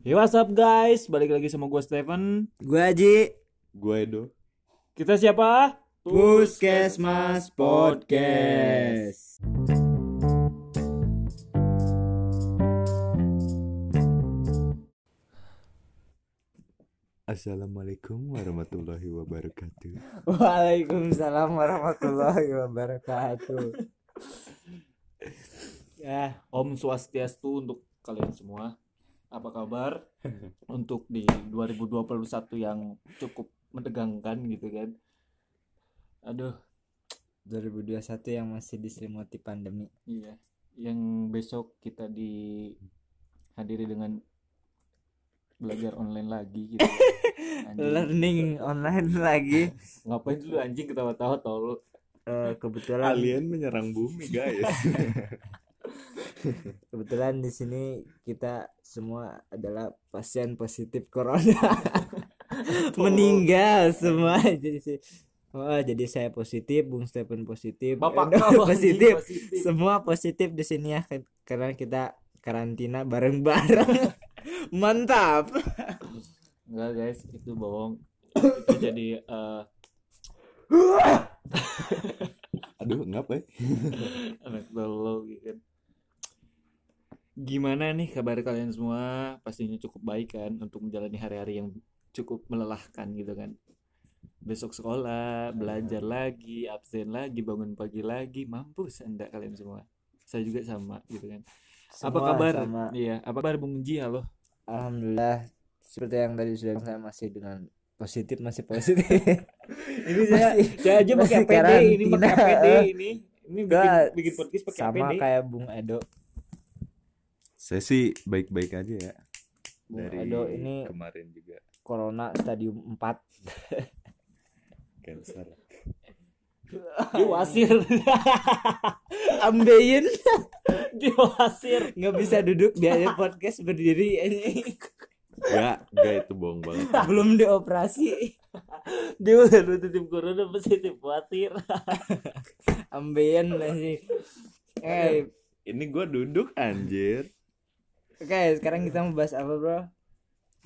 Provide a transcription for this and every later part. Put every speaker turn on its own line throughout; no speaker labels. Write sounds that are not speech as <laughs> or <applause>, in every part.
Hey what's up guys, balik lagi sama gue Steven
Gue Aji
Gue Edo.
Kita siapa?
Puskesmas Podcast
Assalamualaikum warahmatullahi wabarakatuh.
Waalaikumsalam warahmatullahi wabarakatuh
Ya, Om Swastiastu untuk kalian semua Apa
<laughs>
kabar? untuk di 2021 yang cukup menegangkan gitu kan Aduh,
2021 yang masih diselimuti pandemi
iya Yang besok kita dihadiri dengan belajar online lagi
<laughs>
gitu Anjing.
Learning online lagi
Ngapain dulu anjing ketawa-tawa tol
Eh, Kebetulan
Alien menyerang bumi, guys.
<laughs>
kebetulan di sini kita semua adalah pasien positif <laughs> corona meninggal semua jadi si- oh, jadi saya positif bung Stephen positif
Bapak
Edo
kau anjing,
positif
positif.
semua positif di sini ya ke- karena kita karantina
<laughs>
bareng-bareng mantap
Enggak guys, itu bohong.
<coughs>
itu jadi eh
Aduh,
eh.
ngapa ya?
anak tolol gitu kan. Gimana nih kabar kalian semua? Pastinya cukup baik kan untuk menjalani hari-hari yang cukup melelahkan gitu kan. Besok sekolah, belajar
Iya.
lagi, absen lagi, bangun pagi lagi, mampus anda kalian semua. Saya juga sama gitu kan. apa
Semua
kabar?
sama.
Iya, apa kabar Bung Ji? Halo.
alhamdulillah seperti yang tadi sudah saya masih dengan positif masih positif
<laughs> Iya,
ini
Saya aja pakai PD ini, pakai PD ini. Ini bikin,
Enggak,
bikin podcast pakai
sama
PD. <laughs>
kayak bung Edo
Saya sih baik-baik aja ya.
Bung
Dari
Edo ini-
kemarin juga
corona stadium 4
cancer.
Dia Iya, wasir.
<laughs> ambeien
Dia wasir.
nggak bisa duduk di aja podcast
<laughs>
berdiri
Enggak, Ya, enggak itu bohong banget.
belum dioperasi
Dia udah positif corona positif wasir.
ambeien masih
Iya.
eh
Ini gua duduk anjir.
oke sekarang kita mau bahas apa bro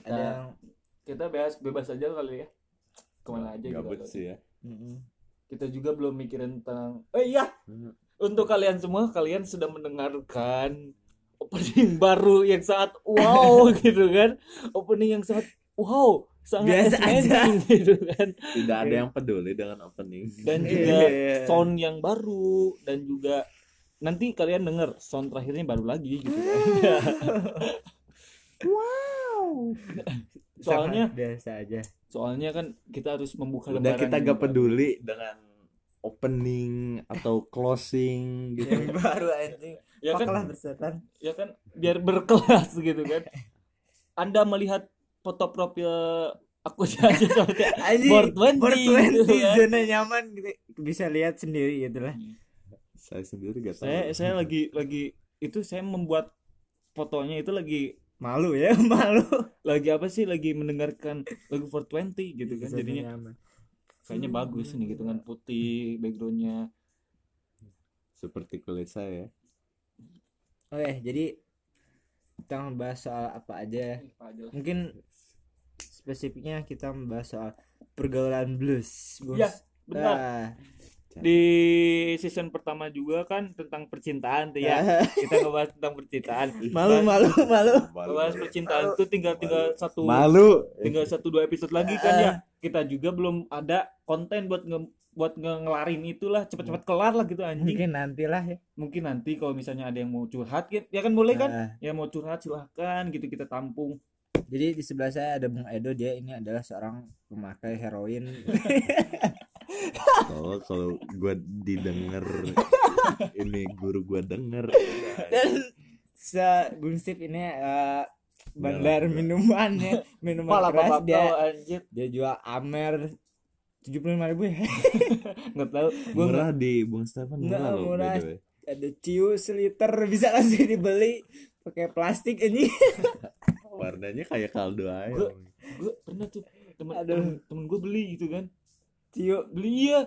ada
Nah.
yang
Kita bebas bebas aja kali ya. Kemana aja gitu.
Gabut sih ya.
Mm-mm.
Kita juga belum mikirin tentang Eh iya.
Hmm.
Untuk kalian semua kalian sudah mendengarkan opening baru yang sangat
<laughs>
wow gitu kan. Opening yang sangat wow, sangat
Biasa aja.
amazing gitu kan.
Tidak ada yang peduli dengan opening.
dan juga
Iya.
sound yang baru dan juga nanti kalian denger sound terakhirnya baru lagi gitu kan. Soalnya-
Sangat biasa aja
soalnya kan kita harus membuka
Udah
lembaran
kita
yang
gak
baru.
peduli dengan opening atau
yang
closing gitu.
baru anjing
ya kan
Paklah bersetan
ya kan biar berkelas gitu kan anda melihat foto profil aku aja <laughs> seperti
anjing
Bor 20,
Bor
gitu
20,
kan.
zona nyaman gitu bisa lihat sendiri gitu lah
Saya sendiri gak tahu.
saya saya lagi lagi itu saya membuat fotonya itu lagi
malu ya <laughs> malu
lagi apa sih lagi mendengarkan lagu 420 gitu kan
Zona
jadinya
nyaman.
kayaknya bagus nih gitu kan putih backgroundnya
seperti kulit saya.
oke jadi kita membahas soal apa aja ya mungkin spesifiknya kita membahas soal pergaulan blues. Bos.
Ya, benar.
Ah.
di season pertama juga kan tentang percintaan tuh ya kita ngebahas tentang percintaan
<laughs> Nah. malu malu malu.
ngebahas percintaan tuh tinggal tinggal satu
Malu.
Eh.
tinggal satu dua episode lagi kan ya kita juga belum ada konten buat nge buat nge- ngelarin itulah cepet-cepet
Hmm.
kelar lah gitu anjing
Mungkin nantilah ya.
mungkin nanti kalau misalnya ada yang mau curhat gitu ya kan boleh kan
Ah.
ya mau curhat silahkan gitu kita tampung
Jadi di sebelah saya ada Bung Edo, dia ini adalah seorang pemakai heroin.
Kalau kalau gue
<laughs>
didengar ini guru gue denger.
Dan <laughs> se Bung Steve ini eh, bandar
Udah lah.
minuman ya, minuman
malah
keras
bapak
dia
tahu anjir
dia jual Amer 75.000 ya. <laughs>
nggak tahu gue
Murah di Bung Stefan
Nggak,
murah loh
murah.
by the way.
Ada ciu seliter bisa langsung dibeli pakai plastik ini. <laughs>
Warnanya kayak kaldu aja.
Gua- gue pernah tuh temen
Aduh.
temen, temen gue beli gitu kan
Ciu
beli ya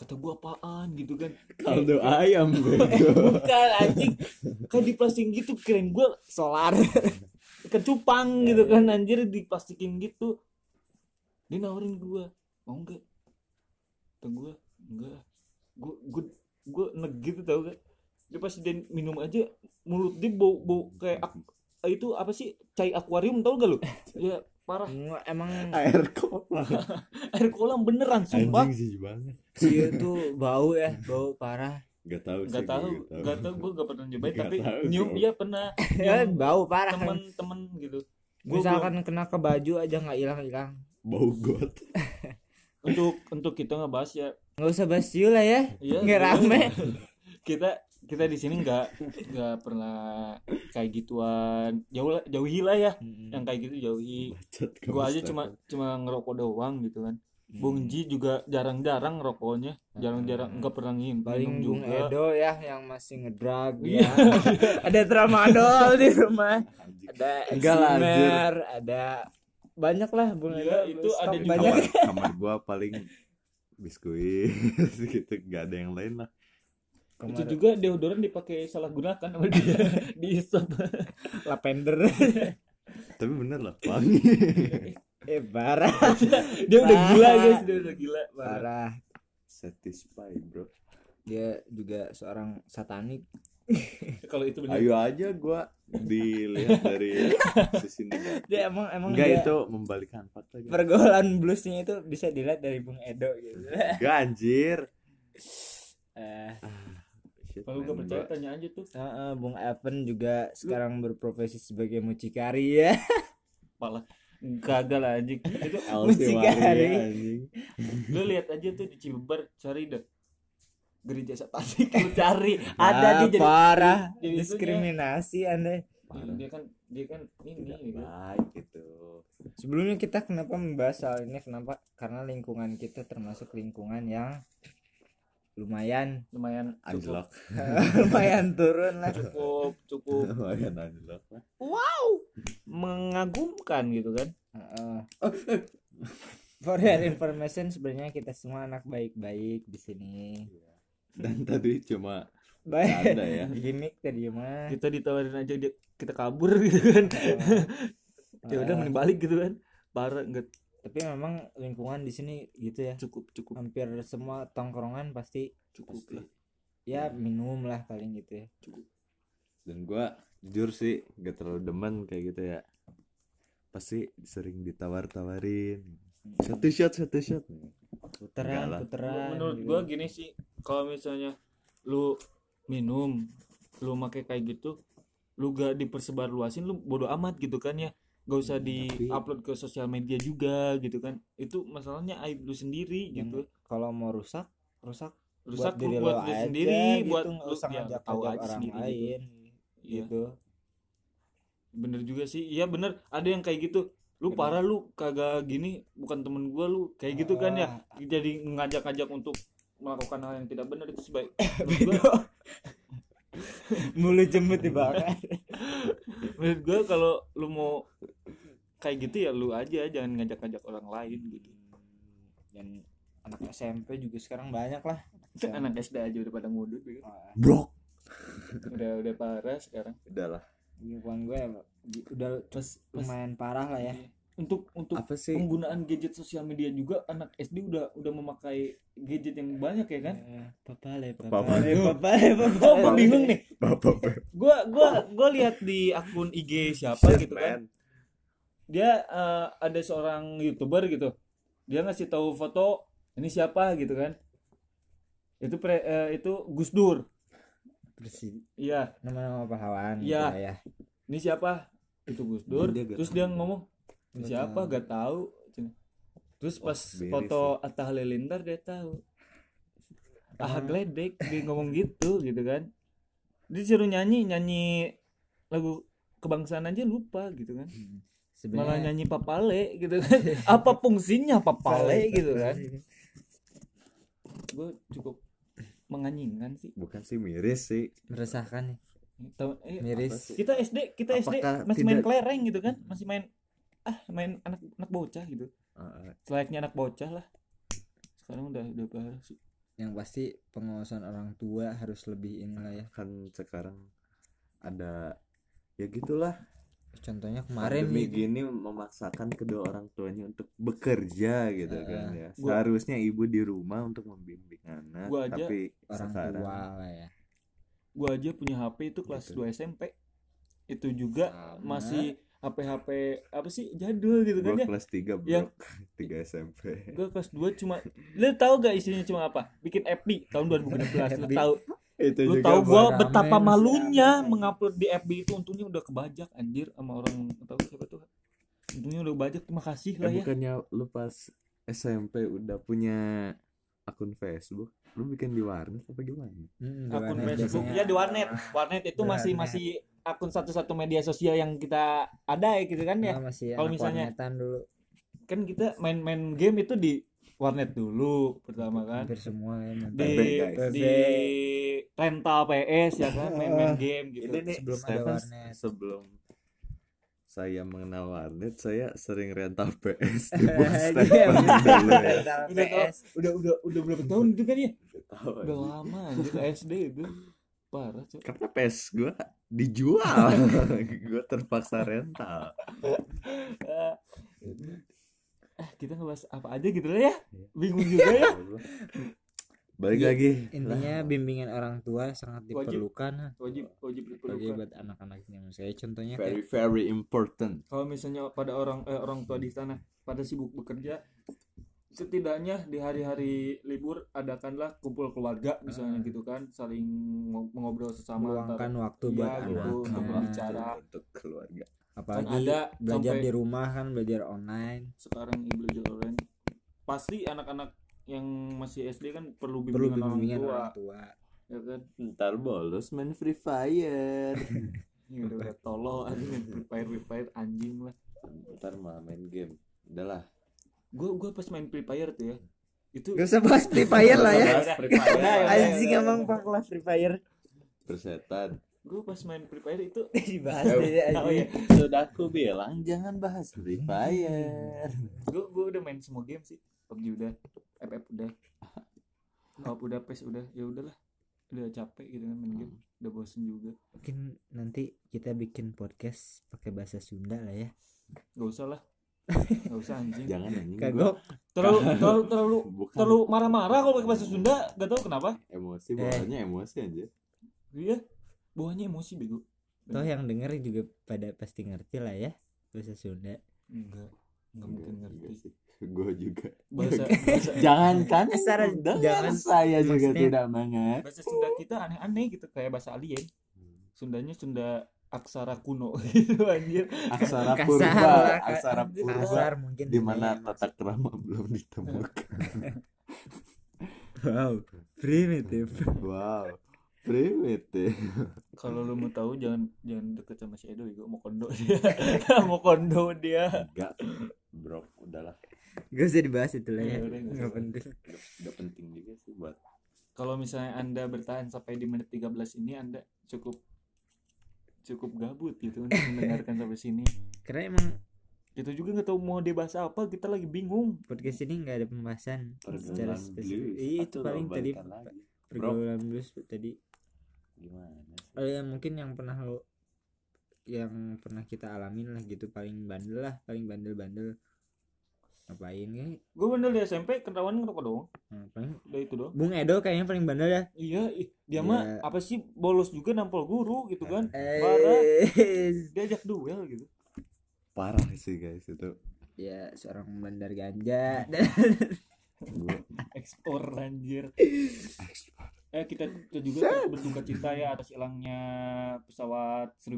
kata gue apaan gitu
<laughs>
kan
Kaldu
<laughs>
ayam bego.
bukan anjing kan di plastik gitu keren gue
solar.
ikan cupang
Ya,
gitu kan anjir diplastikin gitu dia nawarin gua mau nggak kata gua enggak gua gua gua negit tau gak dia pasti dia minum aja mulut dia bau bau kayak ak- itu apa sih cai akuarium tau
<laughs>
gak lu ya parah
Nggak, emang
air kolam
air kolam beneran sumpah
anjing sih banget
dia tuh bau ya bau parah
nggak tahu sih
nggak
gua gitu.
tahu nggak tahu gua gak pernah nyobain
Nggak
tapi
tahu,
nyium
bro.
dia
<laughs>
pernah
ya
nyium
bau parah
temen-temen gitu Gua
misalkan kena ke baju aja nggak hilang hilang
bau got
belum- untuk untuk kita ngebahas ya
nggak usah bahas Cio lah ya
Iya,
nggak
iya.
rame
<laughs> kita kita di sini nggak nggak pernah kayak gituan jauh lah- jauhi lah ya yang kayak gitu jauhi
bacot kamu
gua aja
Ustaz.
cuma cuma ngerokok doang gitu kan Bung Ji juga jarang-jarang ngerokoknya jarang-jarang nggak pernah ngim
paling
minum
Bung
juga
Edo ya yang masih ngedrag
Iya.
ya ada tramadol di rumah
Anjing.
ada
Enggak lah, anjir.
Eximer, ada banyak lah Bung
Iya,
Edo
itu
stok
ada juga.
banyak
kamar, kamar gua paling biskuit <laughs> gitu nggak ada yang lain lah
itu juga deodoran dipakai salah gunakan sama
<laughs>
dia diisep
lavender
tapi bener lah wangi <laughs>
eh parah
dia udah gila
Parah.
guys dia udah gila parah
parah
satisfy bro
dia juga seorang satanik
kalau itu benar
ayo aja gua
<laughs>
dilihat dari sisi negatif
dia emang emang dia
enggak itu membalikan fakta gitu.
pergaulan bluesnya itu bisa dilihat dari Bung Edo gitu
enggak anjir
eh
Shit,
kalau
man,
gua percaya
gua-
tanya aja tuh
Heeh, Bung Evan juga sekarang berprofesi sebagai mucikari ya.
kepala gagal lah anjing
<laughs>
itu
Mucikari.
anjing.
lu lihat aja tuh di Cilebar cari deh gereja satanik lu cari ada
Ah,
dia jadi
parah
jadi itunya.
diskriminasi Anda.
Parah.
dia kan dia kan ini
Tidak
gitu.
baik gitu
Iya. Sebelumnya kita kenapa membahas soal ini? Kenapa? Karena lingkungan kita termasuk lingkungan yang lumayan <laughs>
lumayan cukup
anjlok
lumayan turun lah.
cukup cukup
<laughs> lumayan anjlok lah
mengagumkan gitu kan
Heeh. For your information sebenarnya kita semua anak baik-baik di sini.
dan tadi cuma
Baik.
ada ya
<laughs> Gimik tadi mah.
<laughs>
kita ditawarin aja dia kita kabur <laughs> gitu kan ya udah
Heeh.
mending balik gitu kan parah nggak
Tapi memang lingkungan di sini gitu ya.
cukup cukup
hampir semua tongkrongan pasti
cukup
Pasti.
lah
ya minum lah paling gitu ya
dan gua jujur sih gak terlalu demen kayak gitu ya pasti sering ditawar-tawarin satu shot satu shot Enggak
puteran
lah.
puteran
menurut
gitu.
gua gini sih kalau misalnya lu minum lu make kayak gitu lu gak dipersebarluasin lu bodo amat gitu kan ya gak usah
Hmm,
di
tapi-
upload ke sosial media juga gitu kan itu masalahnya aib lu sendiri
Yang
gitu
kalau mau rusak rusak
rusak
Hmm, diri
lu buat lu
aja
sendiri
gitu,
buat
nggak
lu
usah
ya,
ngajak
tahu
ngajak
aja
orang
sendiri gitu.
lain
Iya,
gitu
bener juga sih iya bener ada yang kayak gitu lu
Bener.
parah lu kagak gini bukan temen gua lu kayak gitu kan ya
Ah, <laughs>
jadi ngajak-ngajak untuk melakukan hal yang tidak benar itu
<coughs>
sebaik menurut gua-
bedo mulut jembut dibakar
menurut gue kalau lu mau kayak gitu ya lu aja jangan ngajak-ngajak orang lain gitu
dan anak SMP juga sekarang banyak lah
anak SD aja udah pada ngudut gitu.
Ah,
blok
udah udah parah sekarang
udahlah
lingkungan gue ya, di- udah
terus
lumayan parah lah ya
untuk untuk
apa sih
penggunaan gadget sosial media juga anak SD udah udah memakai gadget yang banyak ya kan
Eh, papale
Papale.
papale <laughs> papale
<laughs> gue
papale
bingung nih
bapak
gue gua gua lihat di akun IG siapa gitu kan dia eh, ada seorang youtuber gitu dia ngasih tahu foto ini siapa gitu kan itu pre, eh, itu Gus Dur
Persi-
iya
nama-nama pahlawan
Iya.
gitu ya.
ini siapa itu Gus Dur
Dia gak
terus
tahu.
dia ngomong ini
Gak
siapa
tahu.
gak tahu terus
Wah,
pas
beres
foto Atta Halilintar dia tahu ah
Emang-
gledek dia ngomong gitu gitu kan dia suruh nyanyi nyanyi lagu kebangsaan aja lupa gitu kan malah
Sebenarnya
nyanyi papale gitu
<laughs>
kan apa fungsinya papale gitu kan gue cukup menganjingkan sih
<laughs> bukan sih miris sih
meresahkan nih,
Tau- eh,
miris.
kita SD kita SD
Apakah
masih main
tidak-
kelereng gitu kan masih main ah main anak anak bocah gitu
Heeh.
selayaknya anak bocah lah sekarang udah udah parah sih
Yang pasti pengawasan orang tua harus lebih inilah ya.
kan sekarang ada ya gitulah
Contohnya kemarin nih,
Pandemi gini memaksakan kedua orang tuanya untuk bekerja gitu
Eh,
kan ya.
gua-
Seharusnya ibu di rumah untuk membimbing anak,
Gua aja
tapi
orang
sekarang
tua lah ya.
Gua aja punya HP itu kelas
Gitu.
2 SMP. Itu juga
Sama.
masih HP-HP apa sih jadul gitu
gua
kan ya.
kelas 3 <laughs> bro,
Yang-
3 SMP.
Gua kelas 2 cuma lu tahu gak isinya cuma apa? Bikin FB tahun 2016 lu
FB.
tahu.
Itu
Lu tahu gua
buat
betapa
ramen,
malunya
siapa?
mengupload di FB itu untungnya udah kebajak anjir sama orang nggak tahu siapa tuh. Untungnya udah kebajak terima kasih
Eh,
lah ya.
bukannya lu pas SMP udah punya akun Facebook, lu bikin di warnet apa gimana?
Mm, di
Akun
warnet
Facebook
biasanya.
ya di warnet. Warnet itu masih
Warnet.
masih akun satu-satu media sosial yang kita ada ya gitu kan ya.
Nah, masih
Kalau
anak
misalnya-
warnetan dulu
Kan kita main-main game itu di warnet dulu pertama kan.
hampir semua ya.
di
<laughs> PB, guys.
di rental PS ya kan main-main game gitu.
Ini nih
sebelum ada
Stefan,
warnet.
sebelum saya mengenal warnet, saya sering rental PS
<laughs>
Eh,
di
Iya,
bos
iya,
Stefan dulu ya.
Udah tau, udah udah udah berapa tahun itu kan ya?
Tahu
Udah
aja.
lama anjir SD itu. Parah cuy.
Karena PS gua <laughs> dijual, gua terpaksa rental.
Ah, Ah, kita ngebahas apa aja gitu lah ya. Bingung juga ya.
Iya, Balik
Iya,
lagi.
intinya
Lah,
bimbingan orang tua sangat
Wajib.
diperlukan
<laughs> Wajib wajib
bagi
diperlukan.
buat anak-anaknya
ya.
saya contohnya kayak
very very important.
Kalau misalnya pada orang eh, orang tua di sana pada sibuk bekerja setidaknya di hari-hari libur adakanlah kumpul keluarga misalnya
Ah.
gitu kan saling ngo- mengobrol sesama
meluangkan waktu
Iya,
buat
gitu,
anak
untuk berbicara.
untuk keluarga.
apalagi
Kan ada
belajar
sampai-
di rumah kan belajar online
sekarang ibu belajar online pasti anak-anak yang masih SD kan perlu
perlu
bimbingan,
bimbingan
orang tua
ah. orang tua
ya kan
Ntar bolos main Free Fire.
Ini Ya, udah udah tolol <laughs> anjing main Free Fire Free Fire anjing lah
Ntar malah main game. Udahlah.
gue gue pas main Free Fire tuh ya itu
gak usah bahas free fire lah ya
Bahas Free Fire.
Udah, ya, udah.
<laughs> anjing emang pak lah free fire <laughs>
Persetan.
gue pas main Free Fire itu
dibahas deh
oh iya
ya.
anjing
Eh, <laughs> Sudah aku bilang jangan bahas Free Fire.
gue gue udah main semua game sih PUBG udah FF udah Hop udah PES udah ya udahlah udah capek gitu kan main game
Hmm.
udah bosen juga
mungkin nanti kita bikin podcast pakai bahasa Sunda lah ya
gak usah
<laughs>
lah gak usah anjing
Jangan anjing. gua
kagok
terlalu terlalu terlalu
Bukan
terlalu marah-marah kalau pakai bahasa Sunda gak tau kenapa
emosi bawahnya emosi aja.
Iya, bawahnya emosi bego.
Iya.
toh yang denger juga pada pasti ngerti lah ya bahasa Sunda
Enggak, enggak mungkin ngerti.
sih. Gua juga.
<laughs> Bahasa bahasa,
Jangan kan?
Secara- jangan-
saya juga
maksudnya-
tidak mengerti.
bahasa Sunda kita aneh-aneh gitu kayak bahasa alien. Sundanya Sunda aksara kuno <laughs> gitu anjir.
Aksara
Kasar
purba,
lah, Kak.
aksara purba
kasar mungkin
Iya. di mana
sebenarnya.
tata krama belum ditemukan.
wow primitif
wow. ya. Primitif.
Kalau lu mau tahu jangan jangan deket sama si Edo bego mau kondo dia. <laughs> mau kondo dia.
Enggak. Bro, udahlah.
gak usah dibahas itu lah ya
Iya, udah, nggak
nggak
usah.
penting
Udah, udah penting juga sih buat
Kalau misalnya Anda bertahan sampai di menit 13 ini Anda cukup cukup gabut gitu untuk mendengarkan sampai sini.
karena emang
Kita juga nggak tahu mau dia bahas apa, kita lagi bingung.
podcast ini nggak ada pembahasan secara
pergaulan
spesifik
blues.
iya itu
Atau lo
paling tadi
balikan lagi. Bro.
pergaulan blues tadi
Gimana sih?
oh ya mungkin yang pernah lo yang pernah kita alamin lah gitu paling bandel lah paling bandel-bandel ngapain ya
Gue bener di SMP ketahuan ngerokok doang,
Nah, paling
udah itu doang.
Bung Edo kayaknya paling bandel ya
Iya, ih, dia
Iya.
mah apa sih bolos juga nampol guru gitu kan. Parah.
eh
Diajak duel gitu.
Parah sih guys itu.
ya seorang bandar ganja
Iya, Gua
Ekspor anjir. Eh kita, kita juga berduka cinta ya atas hilangnya pesawat
oh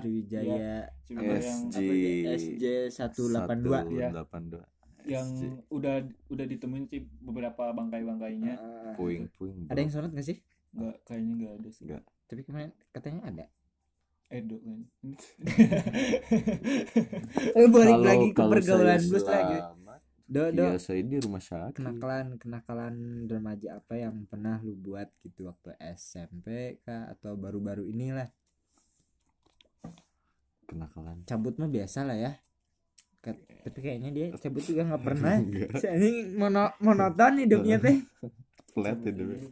Sriwijaya.
Sriwijaya
Sriwijaya yang
SG.
apa ya? sih? SJ 182
Iya.
182.
yang
SG.
udah udah ditemuin sih beberapa bangkai-bangkainya.
Ah.
puing-puing.
ada yang sholat gak sih
Enggak kayaknya enggak ada sih.
Nggak.
tapi kemarin katanya ada
Edo kayaknya.
Eh, balik
Kalau-
lagi ke
kalau
pergaulan
saya
blues lagi
selamat,
do do
Iya, saya di rumah sakit.
kenakalan kenakalan remaja apa yang pernah lu buat gitu waktu SMP kah atau baru-baru inilah
Kenakalan.
cabut mah biasa lah ya Ke- tapi kayaknya dia cabut juga nggak
<laughs>
pernah <laughs>
Enggak.
si anjing mono monoton hidupnya teh
Flat ya dulu.
Iya.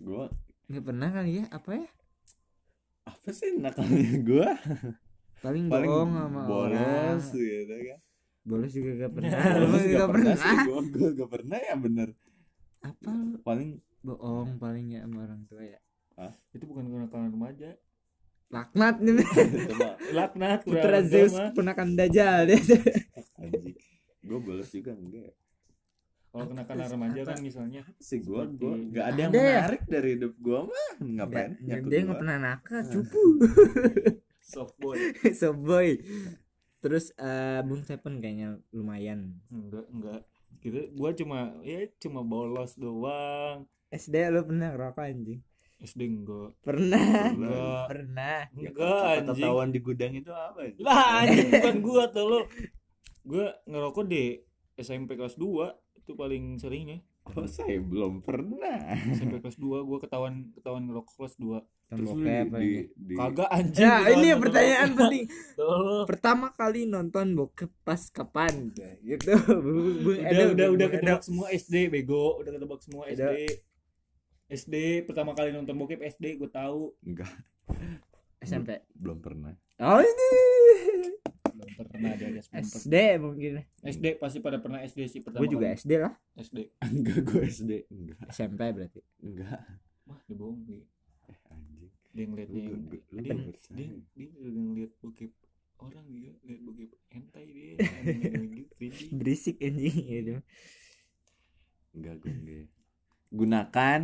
Gua
nggak pernah kali ya apa ya
apa sih nakalnya gua?
paling,
paling
bohong sama orang
bolos gitu
<laughs>
kan
bolos juga gak pernah
bolos
bolos juga
gak
gak
pernah
pernah
sih gua, gua gak pernah ya bener
apa lu?
paling <laughs>
bohong paling ya sama orang tua ya
itu bukan kenakalan remaja
laknat nih
coba
laknat
putra
kurang
Zeus
agama.
keponakan Dajjal
anjing gue bolos juga enggak
kalau
Apa
kenakalan
tuh?
remaja
Apa?
kan misalnya
sih gue
Seperti-
gue nggak ada yang
Ada ya?
menarik dari hidup gue mah ngapain
Nggak- Ah.
nyakut
dia
gua.
nggak pernah nakal
Nah.
cupu
soft boy
<laughs> soboy terus eh bung Seven kayaknya lumayan
enggak enggak gitu gua cuma ya cuma bolos doang
SD lu pernah ngerokok anjing
SD enggak
<laughs> pernah
Lah,
kan,
enggak
pernah
ya,
enggak
kata
anjing
tawan di gudang itu apa ya? anjing?
lah
<laughs>
anjing bukan gua tuh lo gua ngerokok di SMP kelas 2 itu paling seringnya
oh saya belum pernah
SMP kelas 2 gua ketahuan ketahuan ngerokok kelas 2
terus lu
Temboknya
di,
apa
di,
ini?
di
kagak anjing
Ya
ketahuan
ini
ngerokok.
pertanyaan penting
Tuh.
Pertama kali nonton bokep pas kapan? <laughs> Gitu Bung- Bung
udah
Edo,
udah
Bung
udah
Edo.
ketebak semua SD bego udah ketebak semua
Edo.
SD SD pertama kali nonton bokep SD gue tahu
enggak
SMP
belum pernah <laughs>
Oh ini
belum pernah dia ada sebelum pernah.
SD mungkin
SD pasti pada pernah SD sih pertama
Gue juga
kali.
SD lah
SD
enggak gue SD enggak
SMP berarti
enggak
wah dia bohong dia
eh, anjing
dia ngeliatnya
lu
yang
gak- lu
dia
gak percaya
dia dia udah ngeliat bokep orang dia ngeliat bokep hentai
<laughs>
dia aneh-aneh gitu 3D.
Berisik anjing gitu
enggak gue enggak gunakan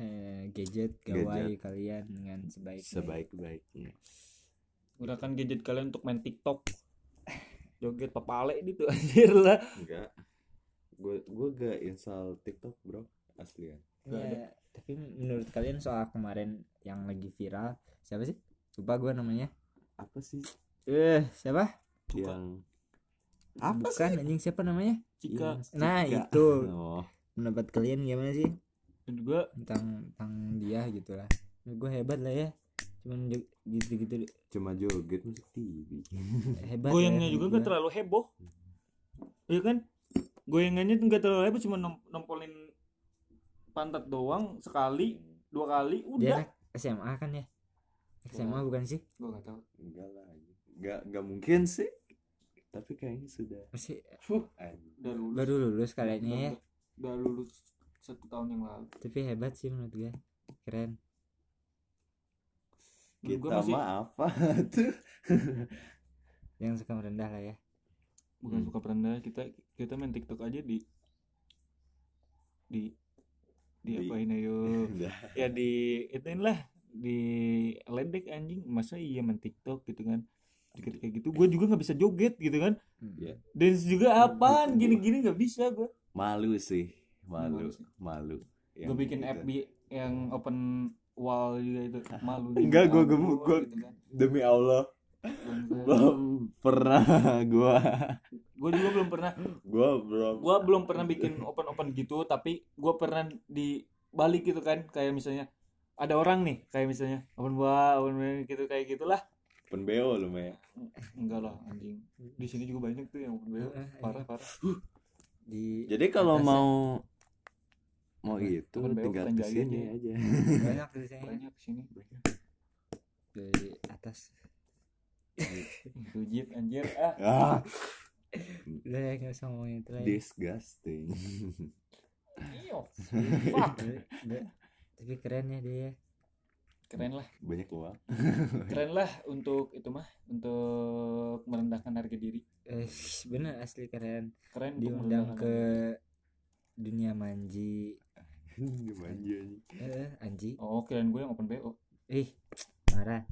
Eh, Gadget gawai
Gadget.
kalian dengan sebaik
sebaik-baiknya
gunakan gadget kalian untuk main TikTok joget papale gitu <laughs> anjir lah
enggak gue gue gak install TikTok bro aslian
Gak ada.
Iya. Tapi menurut kalian soal kemarin yang lagi viral Siapa sih? Lupa gue namanya
apa sih
Eh siapa?
Suka.
yang Iya. apa sih
Bukan anjing siapa namanya?
jika
Yang
Nah
Stika.
itu
oh
pendapat kalian gimana sih
dan gue
tentang tentang dia gitu lah gue hebat lah ya cuman gitu gitu
cuma joget musik TV
hebat
goyangnya
ya,
juga
menurut
nggak
gua.
terlalu heboh iya kan goyangannya tuh nggak terlalu heboh cuma nom- nompolin pantat doang sekali dua kali
dia
udah
anak SMA kan ya SMA
Oh.
bukan sih
gue nggak tahu
enggak lah enggak enggak mungkin sih tapi kayaknya sudah
masih
Fuh,
anjing.
udah lulus
baru lulus kayaknya ya
udah, udah lulus satu tahun yang lalu
tapi hebat sih menurut gue keren
Menurut
kita
gua masih
mah <laughs> apa tuh
yang suka merendah lah ya
bukan
Hmm.
suka perendah kita kita main tiktok aja di di di,
Di-
apain ayo
Udah.
ya di ituin lah di ledek anjing masa iya main tiktok gitu kan dikit kayak gitu gue juga nggak bisa joget gitu kan
Iya.
dance juga apaan gini-gini nggak bisa gue
malu sih malu
Malu sih.
malu
gue bikin FB yang open wall juga itu malu
Enggak,
juga, malu
gua- gua- gua-
gitu kan.
demi Allah
Bangsa.
belum <laughs> pernah gua
gua juga belum pernah
gua belum
gua belum pernah bikin open open gitu tapi gua pernah di balik gitu kan kayak misalnya ada orang nih kayak misalnya open wall open wall gitu kayak gitulah
penbeo lumayan
enggak lah anjing di sini juga banyak tuh yang open wall Iya, parah parah
iya. di
jadi kalau
atas
mau mau
Apa?
itu
Penbeo,
tinggal
penjahit
kesini
ya.
aja
ya. banyak tuh saya
banyak sini
di atas
Sujit anjir ah
<laughs> ah
udah ya, nggak usah ngomongin itu lah ya.
disgusting <laughs>
iyo fuck
Udah. tapi keren ya dia ya.
keren lah
banyak uang
keren lah untuk itu mah untuk merendahkan harga diri
eh, bener asli keren
keren untuk
diundang
merendahkan
ke
harga
dunia manji
gimana aja
eh, anji
diri. oh keren gue yang open bo
ih marah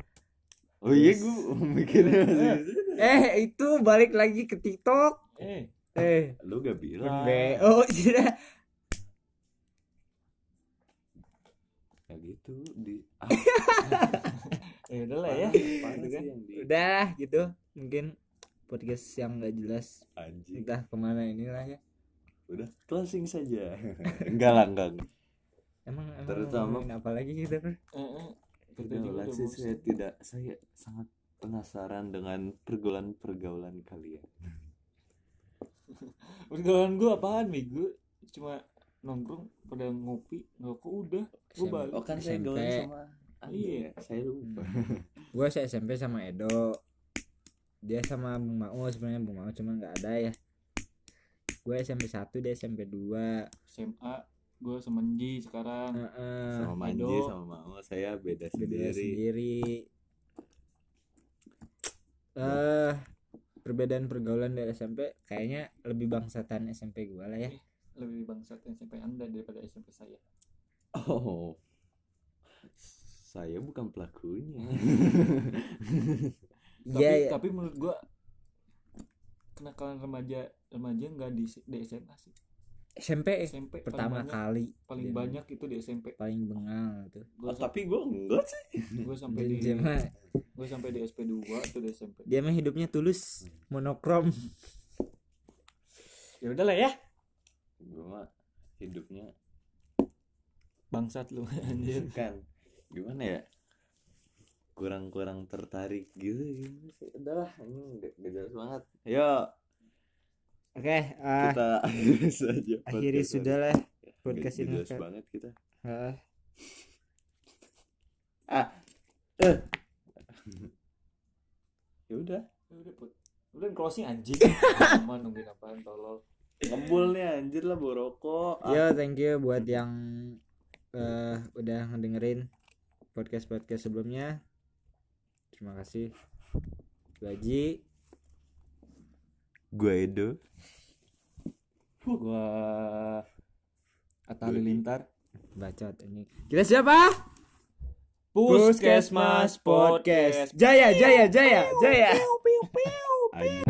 oh iya
Terus-
gua mikirnya masih <laughs> di situ.
eh itu balik lagi ke tiktok
eh
eh
lu gak bilang
be oh <laughs> sudah
ya gitu di ah,
ya udahlah ya
parah
Gitu kan.
sih yang di
udah gitu mungkin podcast yang nggak jelas
anjing
entah kemana inilah ya
udah closing saja <laughs> enggak lah enggak enggak.
emang emang
Terutama-
ngomongin apa lagi gitu? kita Bro?
Eh, eh. Kita
Tidak,
juga udah
Alexis, saya
bosan.
tidak saya sangat penasaran dengan pergaulan-pergaulan kalian.
pergaulan gue apaan bego cuma nongkrong pada ngopi ngerokok udah gue
Sem-
Oh, kan
balik
kan saya SMP. gaul Hmm.
sama Iya, saya lupa.
gue SMP sama Edo dia sama Bung Mau sebenarnya Bung Mau cuman nggak ada ya gue SMP 1 dia SMP 2
SMA gue semenji sekarang
Heeh.
sama Manji
Edo.
sama Mao saya beda
Hmm. beda
sendiri
sendiri eh perbedaan pergaulan dari SMP kayaknya lebih bangsatan SMP gue lah ya
lebih bangsat SMP anda daripada SMP saya
oh saya bukan pelakunya
<laughs>
tapi
iya iya.
tapi menurut gue kenakalan remaja remaja nggak di, di SMA sih
SMP eh,
SMP
pertama
paling banyak,
kali
paling
Iya.
banyak itu di SMP
paling bengal tuh
gue
Oh, tapi gue enggak sih
gue sampai di
dia mah
gue sampai di SP 2 tuh di SMP
dia mah hidupnya tulus monokrom
ya udahlah ya
gue mah hidupnya
bangsat lu
<laughs>
anjir
kan gimana ya kurang-kurang tertarik gitu gitu sih udahlah ini gak, gak jelas banget yo
oke ah,
kita akhiri <laughs> saja
akhiri
podcast
sudah lah
hari.
podcast
Gak- gak
ini,
jelas
Kak.
banget kita
Heeh.
ya udah
Ya udah put udah closing
<laughs>
anjing lama nungguin apaan tolol
ngebul nih anjir lah boroko
yo thank you buat yang eh udah ngedengerin podcast podcast sebelumnya terima kasih gaji
gue edo
gua Atta Halilintar
bacot ini kita siapa
Puskesmas Podcast
jaya jaya jaya jaya
anjir